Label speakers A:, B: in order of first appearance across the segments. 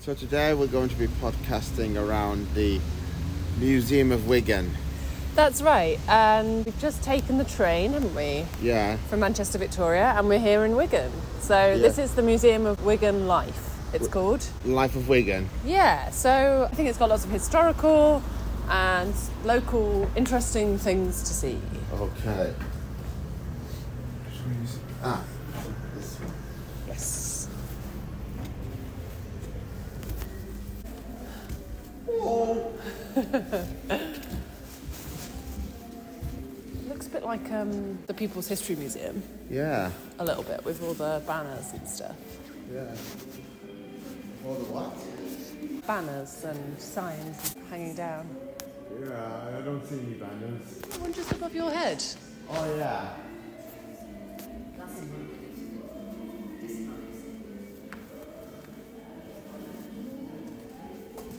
A: So today we're going to be podcasting around the Museum of Wigan.
B: That's right. And we've just taken the train, haven't we,
A: Yeah,
B: from Manchester Victoria, and we're here in Wigan. So this is the Museum of Wigan Life. It's called.
A: Life of Wigan.
B: Yeah. So I think it's got lots of historical and local interesting things to see.
A: Okay. Ah, this one.
B: Yes. Looks a bit like um, the People's History Museum,
A: Yeah.
B: a little bit, with all the banners and stuff.
A: Yeah. All the what?
B: Banners and signs hanging down.
A: Yeah, I don't see any banners.
B: That One just above your head.
A: Oh yeah.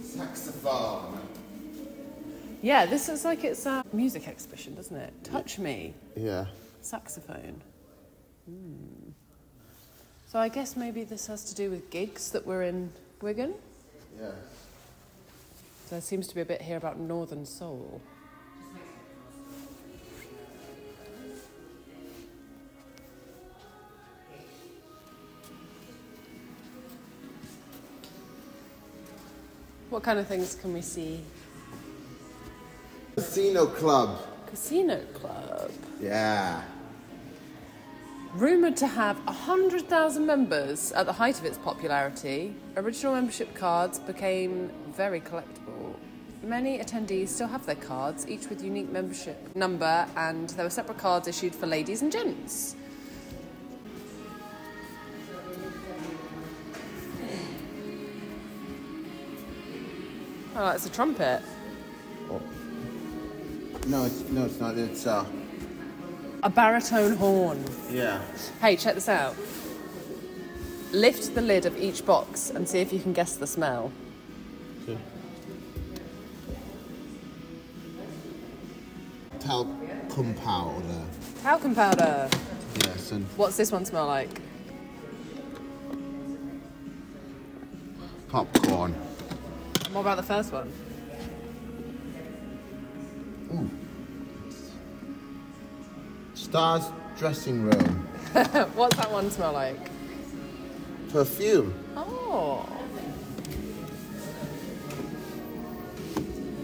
A: Saxophone.
B: Yeah, this looks like it's a music exhibition, doesn't it? Touch Me,
A: Yeah.
B: saxophone. Hmm. So I guess maybe this has to do with gigs that were in Wigan.
A: Yeah.
B: There seems to be a bit here about Northern Soul. What kind of things can we see?
A: Casino club.
B: Casino Club.
A: Yeah.
B: Rumoured to have 100,000 members at the height of its popularity, original membership cards became very collectible. Many attendees still have their cards, each with unique membership number, and there were separate cards issued for ladies and gents. Oh, it's a trumpet.
A: No, it's, no, it's not. It's uh.
B: A baritone horn.
A: Yeah.
B: Hey, check this out. Lift the lid of each box and see if you can guess the smell.
A: Talcum powder.
B: Talcum powder.
A: Yes, and
B: What's this one smell like?
A: popcorn.
B: What about the first one?
A: Stars dressing room.
B: What's that one smell like?
A: Perfume.
B: Oh.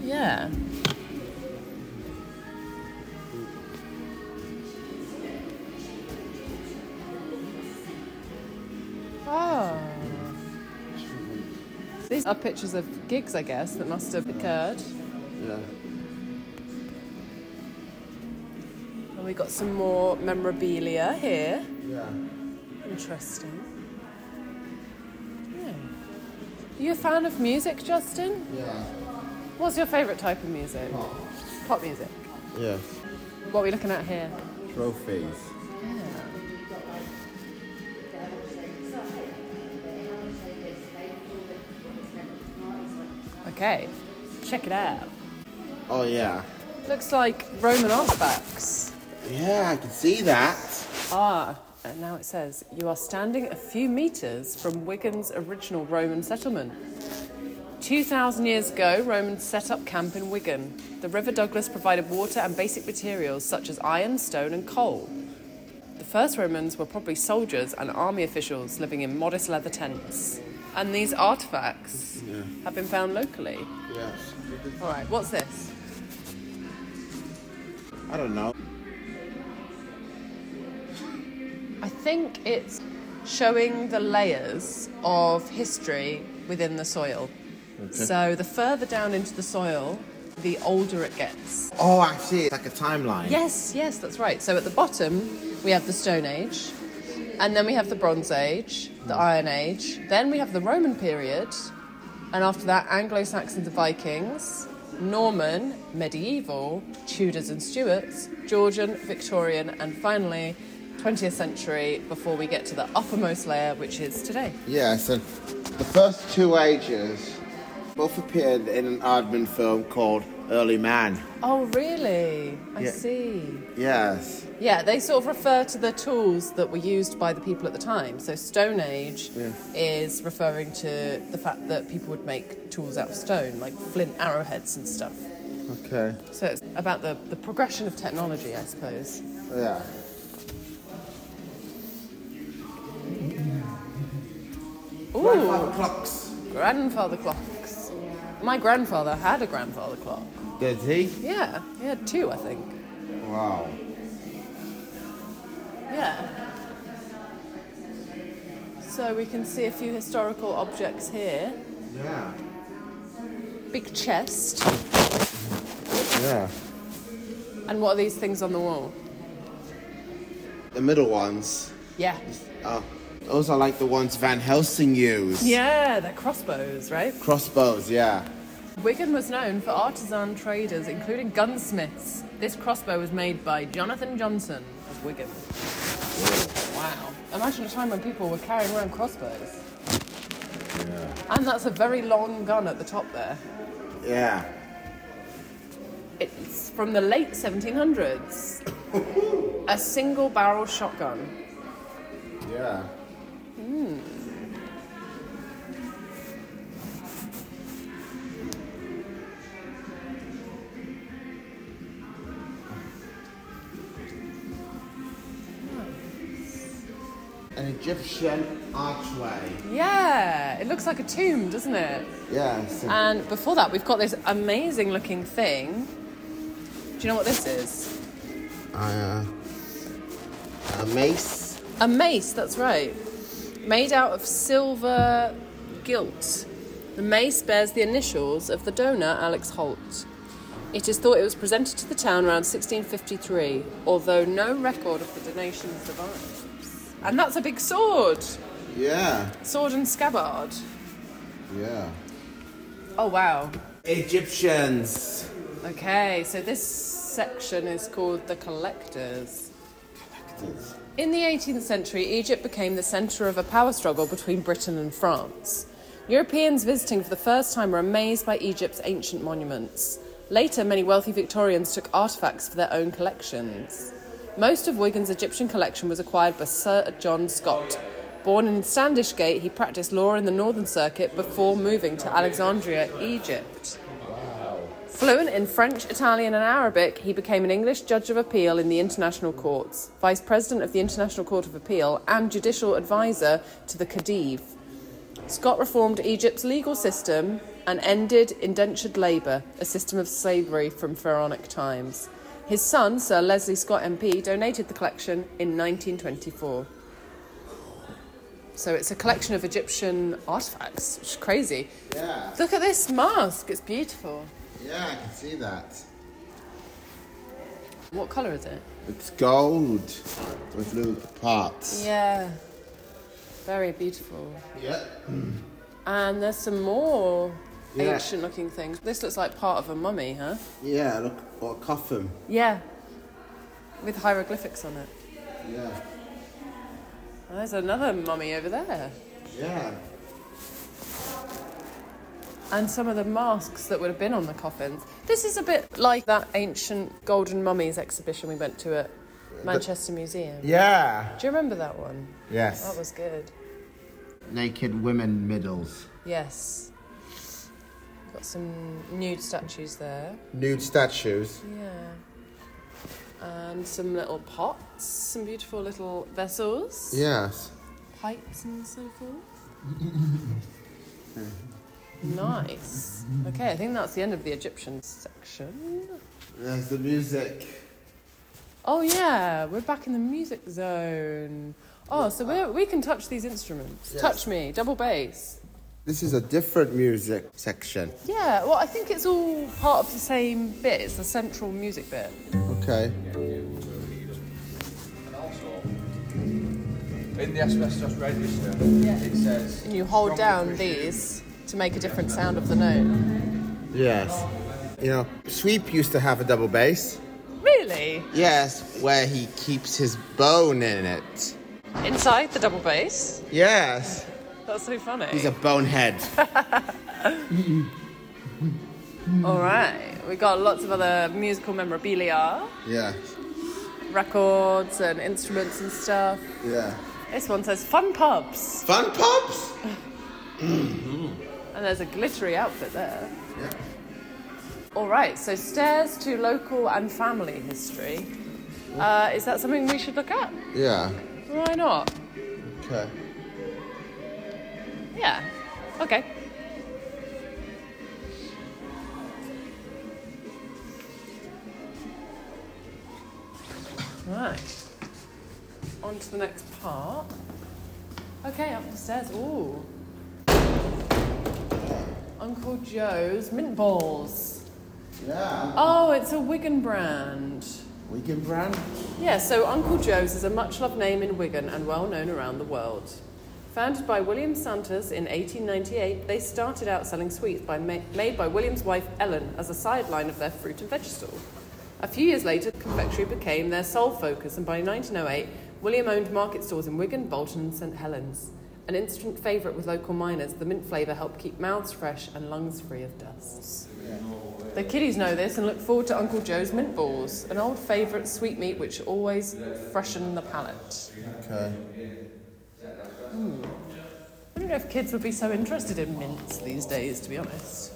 B: Yeah. Oh. These are pictures of gigs, I guess, that must have occurred.
A: Yeah.
B: And we got some more memorabilia here.
A: Yeah.
B: Interesting. Yeah. Are you a fan of music, Justin?
A: Yeah.
B: What's your favourite type of music? Pop. music.
A: Yeah.
B: What are we looking at here?
A: Trophies.
B: Okay, check it out.
A: Oh yeah.
B: Looks like Roman artifacts.
A: Yeah, I can see that.
B: Ah, and now it says you are standing a few metres from Wigan's original Roman settlement. 2,000 years ago, Romans set up camp in Wigan. The River Douglas provided water and basic materials such as iron, stone, and coal. The first Romans were probably soldiers and army officials living in modest leather tents. And these artefacts have been found locally.
A: Yes.
B: All right, what's this?
A: I don't know.
B: I think it's showing the layers of history within the soil. So the further down into the soil, the older it gets.
A: Oh, I see. It's like a timeline.
B: Yes, yes, that's right. So at the bottom, we have the Stone Age, and then we have the Bronze Age, the Iron Age, then we have the Roman period, and after that, Anglo Saxons and Vikings, Norman, medieval, Tudors and Stuarts, Georgian, Victorian, and finally, 20th century before we get to the uppermost layer, which is today.
A: Yes, and the first two ages both appeared in an Aardman film called early man.
B: Oh, really? I
A: Yeah.
B: see.
A: Yes.
B: Yeah, they sort of refer to the tools that were used by the people at the time. So Stone Age
A: Yeah.
B: is referring to the fact that people would make tools out of stone, like flint arrowheads and stuff.
A: Okay.
B: So it's about the, the progression of technology, I suppose.
A: Yeah.
B: Ooh,
A: clocks.
B: grandfather clocks. My grandfather had a grandfather clock.
A: Did he?
B: Yeah, he had two, I think.
A: Wow.
B: Yeah. So we can see a few historical objects here.
A: Yeah.
B: Big chest.
A: Yeah.
B: And what are these things on the wall?
A: The middle ones.
B: Yeah.
A: Oh, those are like the ones Van Helsing used.
B: Yeah, they're crossbows, right?
A: Crossbows, yeah.
B: Wigan was known for artisan traders, including gunsmiths. This crossbow was made by Jonathan Johnson of Wigan. Wow. Imagine a time when people were carrying around crossbows. And that's a very long gun at the top there.
A: Yeah.
B: It's from the late 1700s. a single barrel shotgun.
A: Yeah. Hmm. An Egyptian archway.
B: Yeah, it looks like a tomb, doesn't it?
A: Yes.
B: And before that, we've got this amazing looking thing. Do you know what this is?
A: Uh, a mace.
B: A mace, that's right. Made out of silver gilt. The mace bears the initials of the donor, Alex Holt. It is thought it was presented to the town around 1653, although no record of the donation survives. And that's a big sword!
A: Yeah.
B: Sword and scabbard.
A: Yeah.
B: Oh, wow.
A: Egyptians.
B: Okay, so this section is called the Collectors. In the 18th century, Egypt became the centre of a power struggle between Britain and France. Europeans visiting for the first time were amazed by Egypt's ancient monuments. Later, many wealthy Victorians took artefacts for their own collections. Most of Wigan's Egyptian collection was acquired by Sir John Scott. Born in Standishgate, he practiced law in the Northern Circuit before moving to Alexandria, Egypt. Fluent in French, Italian, and Arabic, he became an English judge of appeal in the international courts, vice president of the International Court of Appeal, and judicial advisor to the Khedive. Scott reformed Egypt's legal system and ended indentured labour, a system of slavery from pharaonic times. His son, Sir Leslie Scott MP, donated the collection in 1924. So it's a collection of Egyptian artefacts, which is crazy.
A: Yeah.
B: Look at this mask, it's beautiful.
A: Yeah, I can see that.
B: What colour is it?
A: It's gold with little parts.
B: Yeah. Very beautiful.
A: Yeah.
B: And there's some more
A: Yeah.
B: ancient looking things. This looks like part of a mummy, huh?
A: Yeah, look, or coffin.
B: Yeah. With hieroglyphics on it.
A: Yeah.
B: And there's another mummy over there.
A: Yeah.
B: And some of the masks that would have been on the coffins. This is a bit like that ancient golden mummies exhibition we went to at Manchester Museum.
A: Yeah.
B: Do you remember that one? That
A: Yes.
B: was good.
A: Naked women middles.
B: Yes. Got some nude statues there.
A: Nude statues.
B: Yeah. And some little pots, some beautiful little vessels,
A: Yes.
B: pipes and so forth. nice. Okay, I think that's the end of the Egyptian section.
A: There's the music.
B: Oh yeah, we're back in the music zone. Oh, so we're, we can touch these instruments.
A: Yes.
B: Touch me, double bass.
A: This is a different music section.
B: Yeah, well, I think it's all part of the same bit. It's the central music bit.
A: Okay.
C: And also, in the asbestos register, it says.
B: And you hold
C: strongly
B: down
C: presume-
B: these to make a different sound of the note.
A: Yes. You know, Sweep used to have a double bass.
B: Really?
A: Yes, where he keeps his bone in it.
B: Inside the double bass?
A: Yes.
B: That's so funny.
A: He's a bonehead.
B: All right. We got lots of other musical memorabilia,
A: Yeah,
B: records and instruments and stuff.
A: yeah.
B: This one says fun pubs,
A: Fun pubs.
B: and there's a glittery outfit there.
A: Yeah.
B: All right. So stairs to local and family history. Uh, is that something we should look at?
A: Yeah.
B: Why not?
A: Okay.
B: Yeah. Okay. Right. On to the next part. Okay, up the stairs. Ooh. Uncle Joe's mint balls.
A: Yeah.
B: Oh, it's a Wigan brand.
A: Weekend brand.
B: Yeah, so Uncle Joe's is a much loved name in Wigan and well known around the world. Founded by William Santos in 1898, they started out selling sweets by ma- made by William's wife Ellen as a sideline of their fruit and vegetable. A few years later, the confectionery became their sole focus, and by 1908, William owned market stores in Wigan, Bolton, and St Helens. An instant favourite with local miners, the mint flavour helped keep mouths fresh and lungs free of dust. The kiddies know this and look forward to Uncle Joe's mint balls, an old favourite sweetmeat which always freshen the palate.
A: Okay.
B: I don't know if kids would be so interested in mints these days, to be honest.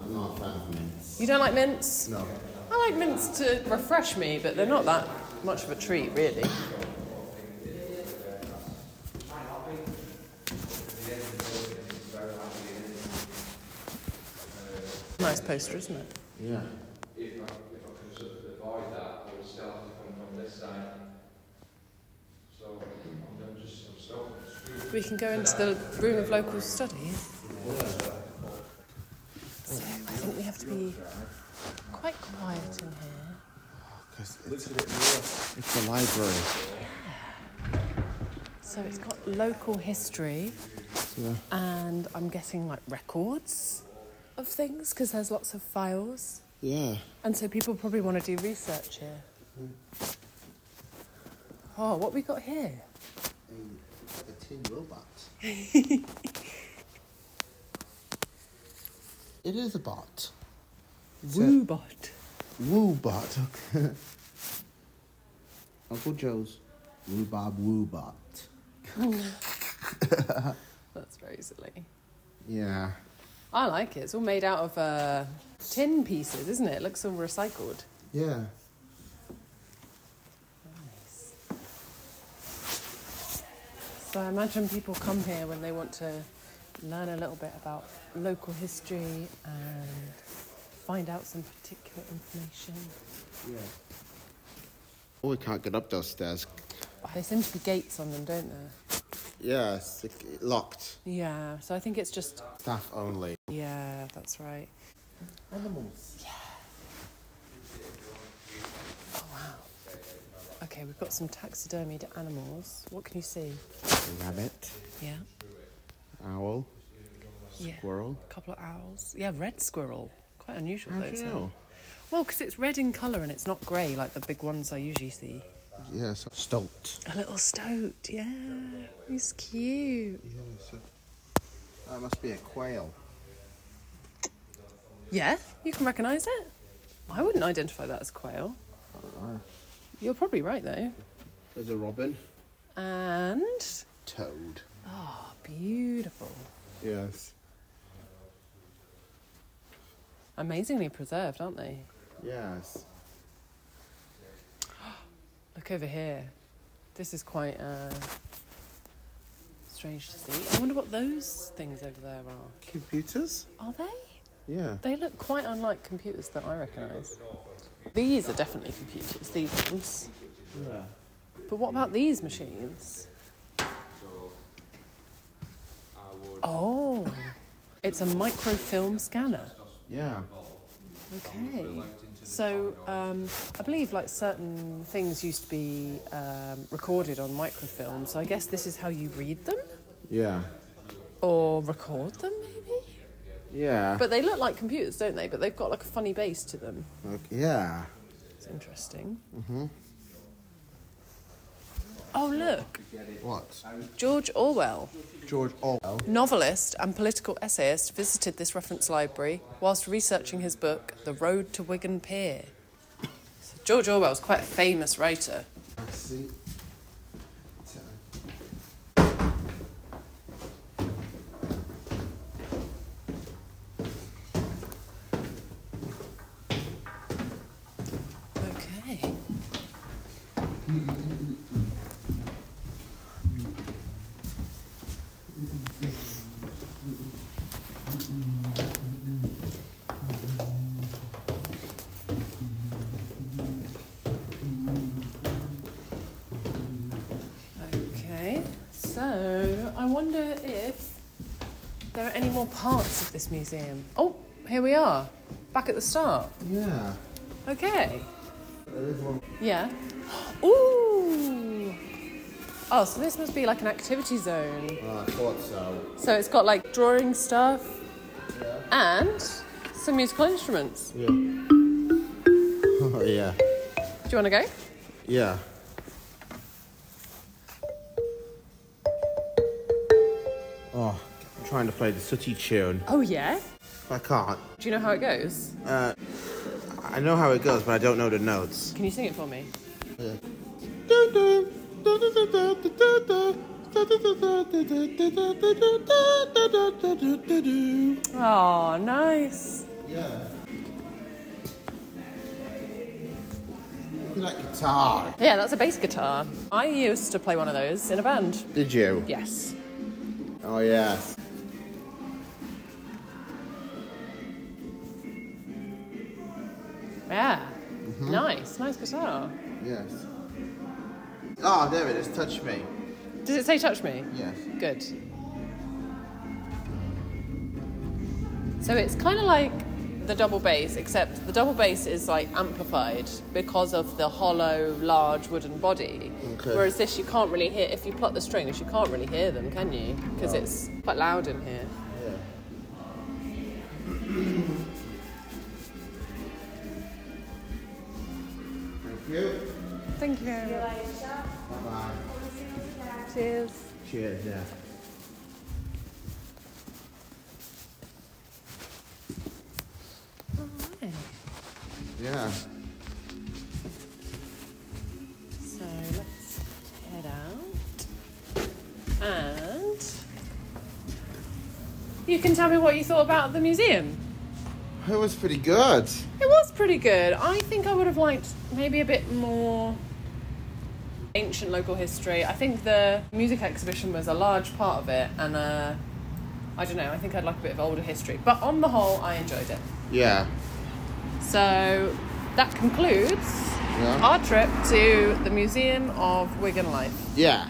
A: I'm not a fan of mints.
B: You don't like mints?
A: No.
B: I like mints to refresh me, but they're not that much of a treat, really. Nice poster, isn't it?
A: Yeah.
B: We can go into the room of local studies. So I think we have to be quite quiet in here.
A: Because it's, it's a library.
B: So it's got local history,
A: Yeah.
B: and I'm guessing like records of things because there's lots of files,
A: Yeah.
B: and so people probably want to do research here. Oh, what we got here?
A: A tin robot. it is a bot. It's a-
B: Woobot.
A: Woobot. Okay. Uncle Joe's Rhubarb Woobot.
B: That's very silly.
A: Yeah.
B: I like it. It's all made out of uh, tin pieces, isn't it? It looks all recycled.
A: Yeah.
B: So I imagine people come here when they want to learn a little bit about local history and find out some particular information.
A: Yeah. Oh, we can't get up those stairs.
B: They seem to be gates on them, don't there?
A: Yeah, it's like locked.
B: Yeah. So I think it's just
A: Staff only.
B: yeah, that's right.
A: Animals.
B: Oh, Okay, we've got some taxidermied animals. What can you see?
A: Rabbit.
B: Yeah.
A: Owl.
B: Yeah.
A: Squirrel.
B: A couple of owls. Yeah, red squirrel. Quite unusual
A: How
B: though.
A: do you
B: isn't it?
A: know?
B: Well, because it's red in colour and it's not grey like the big ones I usually see.
A: Yes. Stolt.
B: A little stoat, yeah. He's cute.
A: That must be a quail.
B: Yeah, you can recognise it. I wouldn't identify that as quail. You're probably right though.
A: There's a robin.
B: And
A: Toad.
B: oh, beautiful,
A: Yes.
B: amazingly preserved, aren't they?
A: Yes.
B: Look over here. This is quite uh, strange to see. I wonder what those things over there are.
A: Computers?
B: Are they?
A: Yeah.
B: They look quite unlike computers that I recognise. These are definitely computers. These ones.
A: Yeah.
B: But what about these machines? Oh, it's a microfilm scanner.
A: Yeah.
B: Okay. So um, I believe like certain things used to be um, recorded on microfilm. So I guess this is how you read them
A: Yeah.
B: or record them, maybe.
A: Yeah.
B: But they look like computers, don't they? But they've got like a funny base to them.
A: Okay, Yeah.
B: It's interesting. Oh, look.
A: What? Oh,
B: George Orwell,
A: George Orwell.
B: novelist and political essayist, visited this reference library whilst researching his book, The Road to Wigan Pier. So George Orwell's quite a famous writer.
A: See?
B: Okay. Okay, so I wonder if there are any more parts of this museum. Oh, here we are, back at the start.
A: Yeah.
B: Okay.
A: There is one.
B: Yeah. Ooh. Oh, so this must be like an activity zone.
A: I thought so.
B: So it's got like drawing stuff
A: Yeah.
B: and some musical instruments.
A: Yeah. Oh, yeah.
B: Do you want to go?
A: Yeah. Oh, I'm trying to play the sooty tune.
B: Oh, yeah.
A: I can't.
B: Do you know how it goes?
A: Uh, I know how it goes, but I don't know the notes.
B: Can you sing it for me? Oh, nice.
A: Yeah. Look at that guitar.
B: Yeah, that's a bass guitar. I used to play one of those in a band.
A: Did you?
B: Yes.
A: Oh, yes.
B: Yeah.
A: Mm-hmm.
B: Nice, nice guitar.
A: Yes. Oh, there it is. Touch me.
B: Does it say touch me?
A: Yes.
B: Good. So it's kind of like the double bass, except the double bass is like amplified because of the hollow, large wooden body.
A: Okay.
B: Whereas this, you can't really hear. If you pluck the strings, you can't really hear them, can you? Because
A: No.
B: it's quite loud in here.
A: Yeah. Thank you.
B: Thank you very much.
A: Bye bye.
B: Cheers.
A: Cheers, yeah. Yeah.
B: So let's head out. And you can tell me what you thought about the museum.
A: It was pretty good.
B: It was pretty good. I think I would have liked maybe a bit more ancient local history. I think the music exhibition was a large part of it, and uh, I don't know. I think I'd like a bit of older history. But on the whole, I enjoyed it.
A: Yeah.
B: So that concludes
A: Yeah.
B: our trip to the Museum of Wigan Life.
A: Yeah.